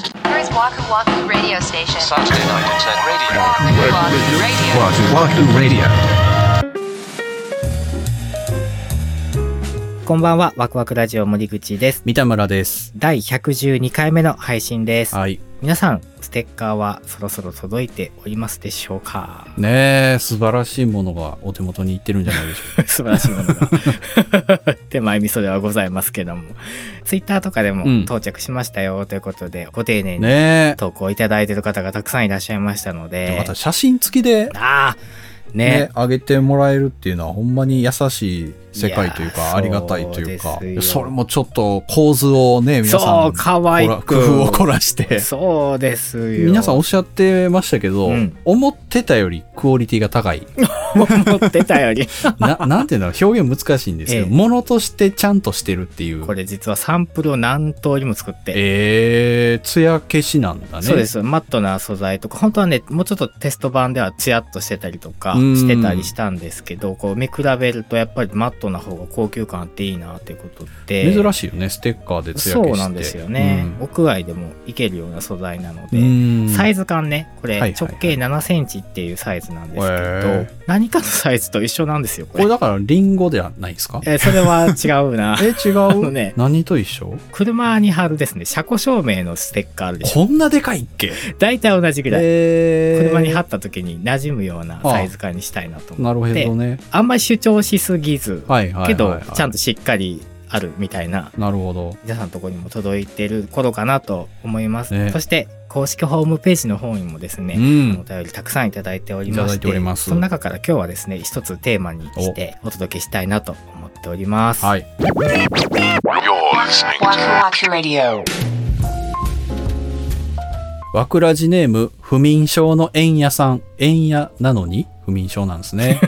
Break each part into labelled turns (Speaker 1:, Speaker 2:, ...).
Speaker 1: Waku Waku Radio Station.
Speaker 2: Saturday night at 10 radio.
Speaker 1: Waku Waku Radio.
Speaker 3: Wahoo Wahoo Radio.
Speaker 4: こんばんは、ワクワクラジオ森口です。
Speaker 5: 三田村です。
Speaker 4: 第112回目の配信です。
Speaker 5: はい。
Speaker 4: 皆さん、ステッカーはそろそろ届いておりますでしょうか
Speaker 5: ねえ、素晴らしいものがお手元にいってるんじゃないでしょう
Speaker 4: 素晴らしいものが。手前味噌ではございますけども。ツイッターとかでも
Speaker 5: うん
Speaker 4: 到着しましたよということで、ご丁寧
Speaker 5: か。
Speaker 4: に
Speaker 5: ね
Speaker 4: 投稿いただいてる方がたくさんいらっしゃいましたの
Speaker 5: え。
Speaker 4: で
Speaker 5: ま。た写真付きで、
Speaker 4: ああ、ね
Speaker 5: ね、あ、げてもらえるっていうのは、ほんまに優しい世界という
Speaker 4: いやー
Speaker 5: か、ありがたいという
Speaker 4: そ
Speaker 5: か
Speaker 4: うですよ、
Speaker 5: それもちょっと構図をね、皆さ
Speaker 4: そ
Speaker 5: ん、
Speaker 4: う、かわい
Speaker 5: こら
Speaker 4: く。
Speaker 5: 工夫を凝らして、
Speaker 4: そうですよ。
Speaker 5: 皆さんおっしゃってましたけど、
Speaker 4: うん
Speaker 5: 思ってたよりクオリティが 高い。
Speaker 4: 思ってたより。
Speaker 5: ななんていうんだろう、表現難しいんですけど、
Speaker 4: ええ
Speaker 5: ものとしてちゃんとしてるっていう
Speaker 4: こ。れ実はサンプルを何通りも作って。
Speaker 5: ええー、艶消しなんだね。
Speaker 4: そうで。すマットな素材とか本当はねもうちょっとテスト版ではツヤっとしてたりとか
Speaker 5: うん
Speaker 4: してたりしたんですけどこう見比べるとやっぱりマットな方が高級感あっていいなってことで
Speaker 5: 珍しいよね、ステッカーで艶
Speaker 4: そ
Speaker 5: 消しっ
Speaker 4: う
Speaker 5: て。
Speaker 4: なんですよね、
Speaker 5: うん
Speaker 4: 屋外でもいけるような素材なので、
Speaker 5: うん
Speaker 4: サイズ感ねこれ
Speaker 5: いはい
Speaker 4: 直
Speaker 5: はい
Speaker 4: 径7センチっていうサイズなんですけど、
Speaker 5: へー
Speaker 4: 何かのサイズと一緒なんですよこ
Speaker 5: こ
Speaker 4: れ
Speaker 5: れだからリンゴではないですか
Speaker 4: えーそれは違うな
Speaker 5: え違
Speaker 4: の
Speaker 5: う、
Speaker 4: ね
Speaker 5: 何と一緒
Speaker 4: 車に貼るですね車庫証明のステッカーあるでしょ
Speaker 5: こんなでかいっけ
Speaker 4: 大体同じぐらい、
Speaker 5: えー
Speaker 4: 車に貼った時に馴染むようなサイズ感にしたいなと思って
Speaker 5: なるほどね
Speaker 4: あんまり主張しすぎず、
Speaker 5: はいはいはい、
Speaker 4: けどちゃん
Speaker 5: と
Speaker 4: としっかりあるみたいな
Speaker 5: なるほど
Speaker 4: 皆さんのところにも届いてる頃かなと思います、
Speaker 5: ね
Speaker 4: そして公式ホームページの方にもです
Speaker 5: う
Speaker 4: ね、お
Speaker 5: ん
Speaker 4: 便りたくさんいただいておりま
Speaker 5: いただ
Speaker 4: し
Speaker 5: い
Speaker 4: て
Speaker 5: ております
Speaker 4: その中から今日はですね一つテーマにしてお届けしたいなと思っております、
Speaker 5: はい
Speaker 1: Waku Waku Radio.
Speaker 5: わくらじネーム不眠症の円屋さん円屋なのに不眠症なんで すね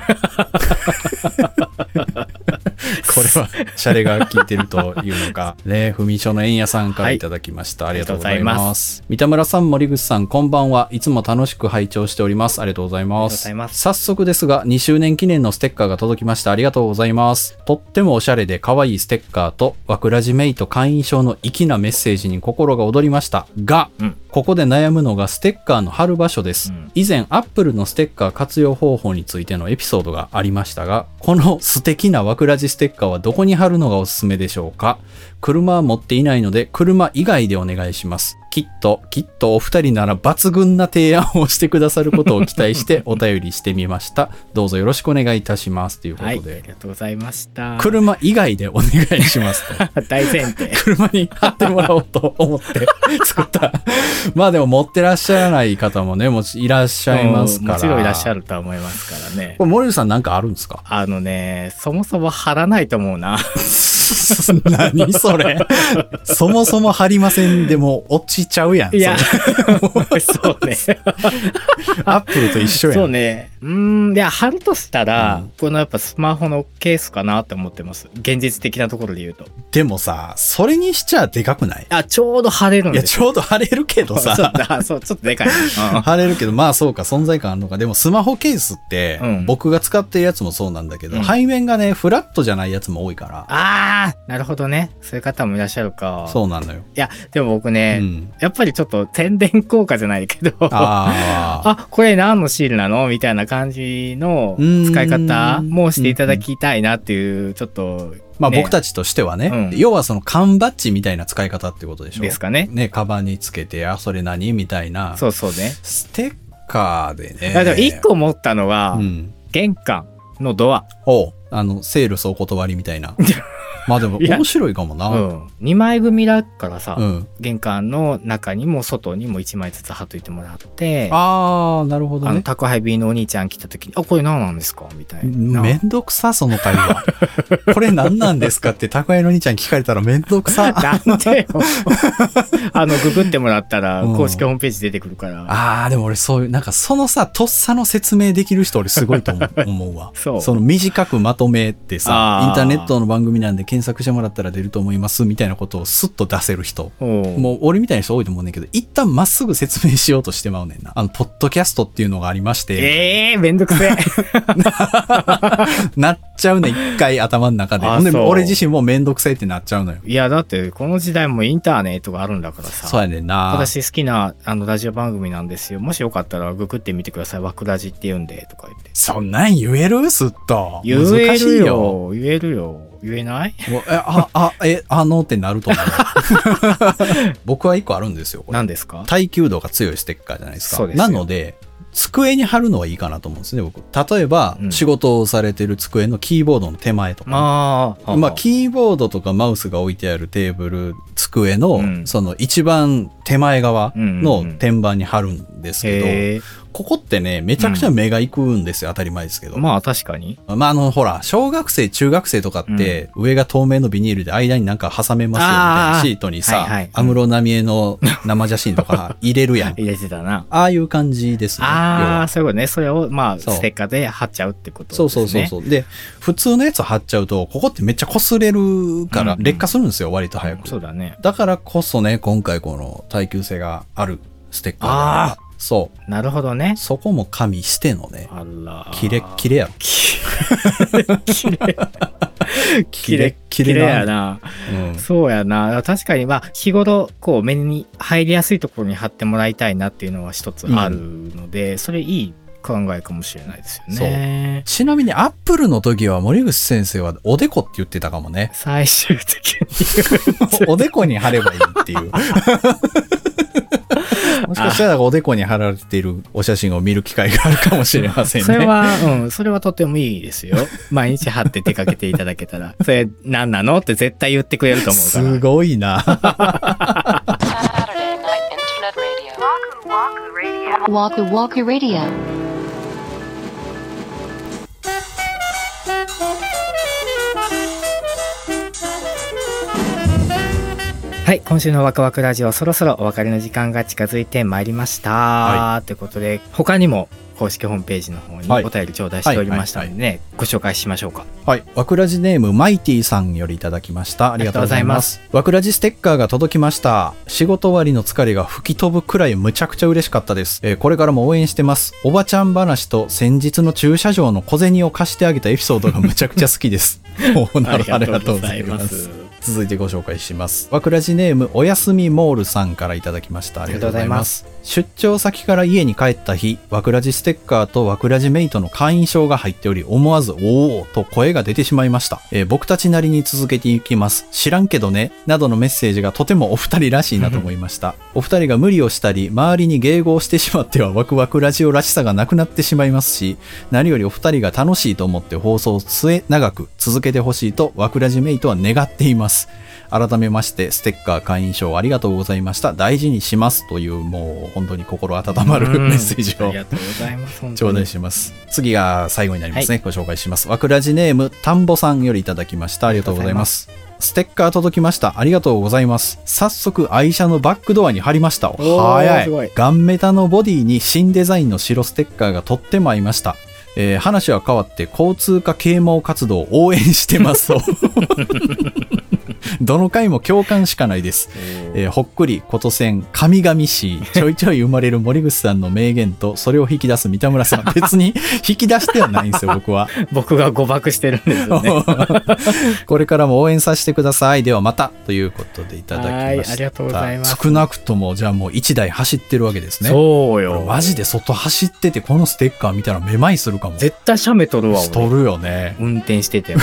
Speaker 5: これはシャレが効いてるというのか ね不眠症の円屋さんからいただきました、ありがとうござい
Speaker 4: ありがとうございま
Speaker 5: ます三田村さん森口さんこんばんはいつも楽しく拝聴しておりますありがとうございま
Speaker 4: ありが
Speaker 5: す
Speaker 4: とうございます
Speaker 5: 早速ですが、2周年記念のステッカーが届きました。ありがとうございます。とってもおしゃれで可愛いステッカーと、わくらじメイと会員証の粋なメッセージに心が躍りました。が、
Speaker 4: うん
Speaker 5: ここで悩むのがステッカーの貼る場所です。
Speaker 4: うん
Speaker 5: 以前、アップルのステッカー活用方法についてのエピソードがありましたが、この素敵なわくらじステッカーはどこに貼るのがおすすめでしょうか車は持っていないので、車以外でお願いします。きっと、きっとお二人なら抜群な提案をしてくださることを期待 してお便りしてみました。どうぞよろしくお願いいたします。ということ
Speaker 4: はい、あ
Speaker 5: で、
Speaker 4: りがとうございました
Speaker 5: 車以外でお願いしますと。
Speaker 4: 大前提
Speaker 5: 車に貼ってもらおうと思って 作った。まあでも持ってらっしゃらない方もね、もちいらっしゃいますから。
Speaker 4: もちろんいらっしゃ
Speaker 5: る。
Speaker 4: るとは思いますからね
Speaker 5: これ森口さんなんかあるんですか
Speaker 4: あのねそもそも貼らないと思うな
Speaker 5: 何それそもそも貼りませんでも落ちちゃうやん。
Speaker 4: いや
Speaker 5: それ
Speaker 4: そう ね
Speaker 5: アップルと一緒やん。
Speaker 4: そうね。うーん、いや、貼るとしたら、
Speaker 5: うん
Speaker 4: このやっぱスマホのケースかなって思ってます。現実的なところで言うと。
Speaker 5: でもさ、それにしちゃでかくない
Speaker 4: あ、ちょうど貼れるん
Speaker 5: いや、
Speaker 4: です
Speaker 5: ちょうど貼れるけど
Speaker 4: よ。そう
Speaker 5: さ。
Speaker 4: だそう、ちょっとでかい。うん
Speaker 5: 貼れるけど、まあそうか、存在感あるのか。でもスマホケースって、
Speaker 4: うん
Speaker 5: 僕が使ってるやつもそうなんだけど、
Speaker 4: うん
Speaker 5: 背面がね、フラットじゃないやつも多いから。
Speaker 4: あー、なるほどね。そういう方もいらっしゃるか。
Speaker 5: そうなのよ。
Speaker 4: いや、でも僕
Speaker 5: う
Speaker 4: ね、
Speaker 5: ん。
Speaker 4: やっぱりちょっと宣伝効果じゃないけど、あ
Speaker 5: ああ。
Speaker 4: これ何のシールなのみたいな感じの
Speaker 5: うーん
Speaker 4: 使い方もしていただきたいなっていう、ちょっと、
Speaker 5: まあ
Speaker 4: ね
Speaker 5: 僕たちとしてはね、
Speaker 4: うん
Speaker 5: 要はその缶バッジみたいな使い方ってことでしょ
Speaker 4: ですかね。
Speaker 5: ね、カバンにつけて、あ、それ何みたいな。
Speaker 4: そうそうね。
Speaker 5: ステッカーでね。
Speaker 4: あでも一個思ったのは、
Speaker 5: うん。
Speaker 4: 玄関のドア。
Speaker 5: おうあの、セールスお断りみたい な。まあでも
Speaker 4: いや
Speaker 5: 面白いかもな。
Speaker 4: うん、2枚組だからさ、
Speaker 5: うん。
Speaker 4: 玄関の中にも外にも1枚ずつ貼っといてもらってあ、
Speaker 5: ああ、なるほど
Speaker 4: の
Speaker 5: ね。
Speaker 4: 宅配便のお兄ちゃん来た時に「あこれ何なんですか?」みたいな。
Speaker 5: めんどくさ、その会話。これ何なんですかって、宅配の兄ちゃん聞かれたらめんどくさ。あ
Speaker 4: なんで よあのググってもらったら
Speaker 5: うん
Speaker 4: 公式ホームページ出てくるから、
Speaker 5: あー、でも俺そういう、なんかそのさ、とっさの説明できる人俺すごいと思う思うわ。
Speaker 4: そう
Speaker 5: の短くまとめって
Speaker 4: あー
Speaker 5: さ、インターネットの番組なんで検索してもらったら出ると思いますみたいなことをスッと出せる人。
Speaker 4: おう
Speaker 5: もう俺みたいな人多いと思うねんけど、一旦まっすぐ説明しようとしてまうねんな。あの、ポッドキャストっていうのがありまして、
Speaker 4: ええー、めんどくせえ。
Speaker 5: なっちゃうねん、一回頭の中で。
Speaker 4: あ
Speaker 5: ほんで、
Speaker 4: そう
Speaker 5: 俺自身もめんどくさいってなっちゃうのよ。
Speaker 4: いや、だって、この時代もインターネットがあるんだからさ。
Speaker 5: そうやねんな。
Speaker 4: 私好きなあのラジオ番組なんですよ。もしよかったらググってみてください。枠ラジって言うんで、とか言って。
Speaker 5: そんなん言えるすっと。
Speaker 4: 言え
Speaker 5: 難し
Speaker 4: る
Speaker 5: いよ。
Speaker 4: よ。言えるよ。言えない
Speaker 5: もうえ、あ、あ、え、あのってなる と思う。僕は一個あるんですよ、これ。
Speaker 4: 何ですか
Speaker 5: 耐久度が強いステッカーじゃないですか。
Speaker 4: そうですよ
Speaker 5: なので、机に貼るのはいいかなと思うんですね、僕。例えば、
Speaker 4: うん
Speaker 5: 仕事をされてる机のキーボードの手前とか。
Speaker 4: まあ、
Speaker 5: まあ、キーボードとかマウスが置いてあるテーブル、机の、
Speaker 4: うん
Speaker 5: その一番手前側
Speaker 4: うんうんう
Speaker 5: の
Speaker 4: ん
Speaker 5: 天板に貼るんですけど、
Speaker 4: へえ。
Speaker 5: ここってね、めちゃくちゃ目が行くんですよ、当たり前ですけど。
Speaker 4: まあ、確かに。
Speaker 5: まあ、あの、ほら、小学生、中学生とかって、上が透明のビニールで間になんか挟めますよみたい
Speaker 4: あ
Speaker 5: な
Speaker 4: ー
Speaker 5: シートにさ、
Speaker 4: はいはい
Speaker 5: 安室奈美恵の生写真と か入れるやん。
Speaker 4: 入れてたな。
Speaker 5: ああいう感じですね。要
Speaker 4: ああ、
Speaker 5: は
Speaker 4: そういうことね。それを、まあ、
Speaker 5: そう
Speaker 4: ステッカーで貼っちゃうってことです
Speaker 5: そ
Speaker 4: ね。
Speaker 5: うそうそうそう。で、普通のやつ貼っちゃうと、ここってめっちゃ擦れるから
Speaker 4: う、んうん
Speaker 5: 劣化するんですよ、割と早く。
Speaker 4: そうだね。
Speaker 5: だからこそね、今回この耐久性があるステッカーだからそう。
Speaker 4: なるほどね。
Speaker 5: そこも加味してのね、
Speaker 4: あら。
Speaker 5: キレッキレやろ。
Speaker 4: キ
Speaker 5: キ
Speaker 4: レッ
Speaker 5: キ
Speaker 4: キレや
Speaker 5: やな。
Speaker 4: な。
Speaker 5: うん
Speaker 4: そうやな。確かに、まあ、日頃、こう、目に入りやすいところに貼ってもらいたいなっていうのは一つあるので、それいい考えかもしれないですよね。。
Speaker 5: ちなみにアップルの時は森口先生はおでこって言ってたかもね
Speaker 4: 最終的に。
Speaker 5: おでこに貼ればいいっていう。 もしかしたらおでこに貼られているお写真を見る機会があるかもしれませんね。
Speaker 4: それは、うん、それはとてもいいです よ。毎日貼って出かけていただけたら、それ何なのって絶対言ってくれると思うから。
Speaker 5: すごいな。
Speaker 1: Saturday night internet radio. Waku Waku Radio. Waku Waku Radio.
Speaker 4: はい、今週のワクワクラジオ、そろそろお別れの時間が近づいてまいりました。
Speaker 5: は
Speaker 4: ということで、他にも公式ホームページの方に
Speaker 5: はい
Speaker 4: お便り頂戴しておりましたのでね、ご紹介しましょうか。
Speaker 5: はい。わくらじネーム、マイティさんよりいただきました。ありがとうございます。わくらじステッカーが届きました。仕事終わりの疲れが吹き飛ぶくらいむちゃくちゃ嬉しかったです。えーこれからも応援してます。おばちゃん話と先日の駐車場の小銭を貸してあげたエピソードがむちゃくちゃ好き です。おなるほどありがとうございます。。続いてご紹介します。わくらじネーム、おやすみモールさんからいただきました。ありがとうございます。出張先から家に帰った日、わくらじステッカーとわくらじメイトの会員証が入っており、思わず、おおと声が出てしまいました、えー僕たちなりに続けていきます。知らんけどね、などのメッセージがとてもお二人らしいなと思いました。お二人が無理をしたり、周りに迎合してしまってはワクワクラジオらしさがなくなってしまいますし、何よりお二人が楽しいと思って放送を末長く続けてほしいと、ワクラジメイトは願っています。改めまして、ステッカー会員証ありがとうございました。大事にします。という、もう本当に心温まるメッセージ
Speaker 4: うんあ
Speaker 5: を
Speaker 4: りがとうございます。本当
Speaker 5: 頂
Speaker 4: に
Speaker 5: 戴します。次が最後になりますね。ご紹介します。わくらじネーム、田んぼさんよりいただきました。ありがとうございます。ステッカー届きました。ありがとうございます。早速、愛車のバックドアに貼りました。
Speaker 4: ー
Speaker 5: 早
Speaker 4: すごい
Speaker 5: い。ガンメタのボディに新デザインの白ステッカーがとっても合いました。えー話は変わって、交通課啓蒙活動を応援してます。 どの回も共感しかないです。えーほっくり、ことせん、神々しい、ちょいちょい生まれる森口さんの名言と、それを引き出す三田村さん。別に引き出してはないんですよ、僕は。
Speaker 4: 僕が誤爆してるんですよね。
Speaker 5: これからも応援させてください。ではまたということでいただきました。
Speaker 4: はいありがとうございます
Speaker 5: 少なくとも、じゃあもう1台走ってるわけですね。
Speaker 4: そう
Speaker 5: こ
Speaker 4: よ
Speaker 5: れ。マジで外走ってて、このステッカー見たらめまいするかも。
Speaker 4: 絶対写メ撮るわ、
Speaker 5: 取
Speaker 4: 俺。。
Speaker 5: るよね
Speaker 4: 運転して ても。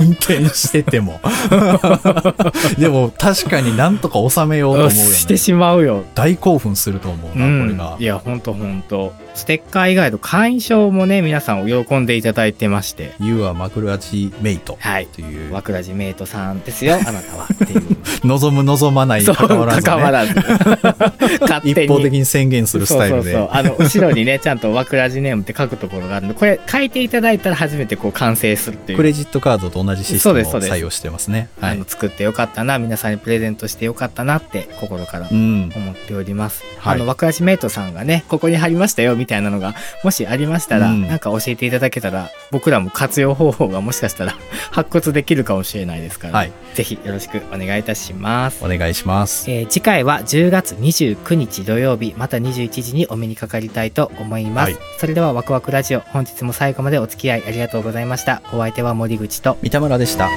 Speaker 5: 運転してても。 でも確かになんとか収めようと思うよ
Speaker 4: して
Speaker 5: ね。
Speaker 4: しまうよ。
Speaker 5: 大興奮すると思う
Speaker 4: う
Speaker 5: な、これ
Speaker 4: ん
Speaker 5: が、
Speaker 4: い。や、ほんとほんと。ステッカー以外の会員証もね、皆さん喜んでいただいてまして。
Speaker 5: You are マクラジメイト
Speaker 4: はい。
Speaker 5: という、
Speaker 4: ワクラジメイトさんですよ、あなたは。っていう。
Speaker 5: 望む望まないに
Speaker 4: そう、
Speaker 5: 関わらず、
Speaker 4: 関わ
Speaker 5: ね、
Speaker 4: らず。 勝手に。
Speaker 5: 一方的に宣言するスタイル
Speaker 4: そうそ
Speaker 5: で。
Speaker 4: うそうあの、後ろにね、ちゃんとワクラジネームって書くところがあるんで、これ書いていただいたら初めてこう完成するっていう。
Speaker 5: クレジットカードと同じシステムを採用してますね。は
Speaker 4: あ
Speaker 5: い
Speaker 4: の。作ってよかったな、皆さんにプレゼントしてよかったなって心から
Speaker 5: うん。
Speaker 4: 思っております。
Speaker 5: はい
Speaker 4: あの、ワクラジメイトさんがね、ここに貼りましたよ、みみたいなのが、もしありましたら、
Speaker 5: うん
Speaker 4: なんか教えていただけたら、僕らも活用方法がもしかしたら発掘できるかもしれないですから、
Speaker 5: はい
Speaker 4: ぜひよろしくお願いいたします。
Speaker 5: お願いします。
Speaker 4: えー次回は10月29日土曜日また21時にお目にかかりたいと思います、
Speaker 5: はい
Speaker 4: それではワクワクラジオ本日も最後までお付き合いありがとうございましたお相手は森口と
Speaker 5: 三田村でした。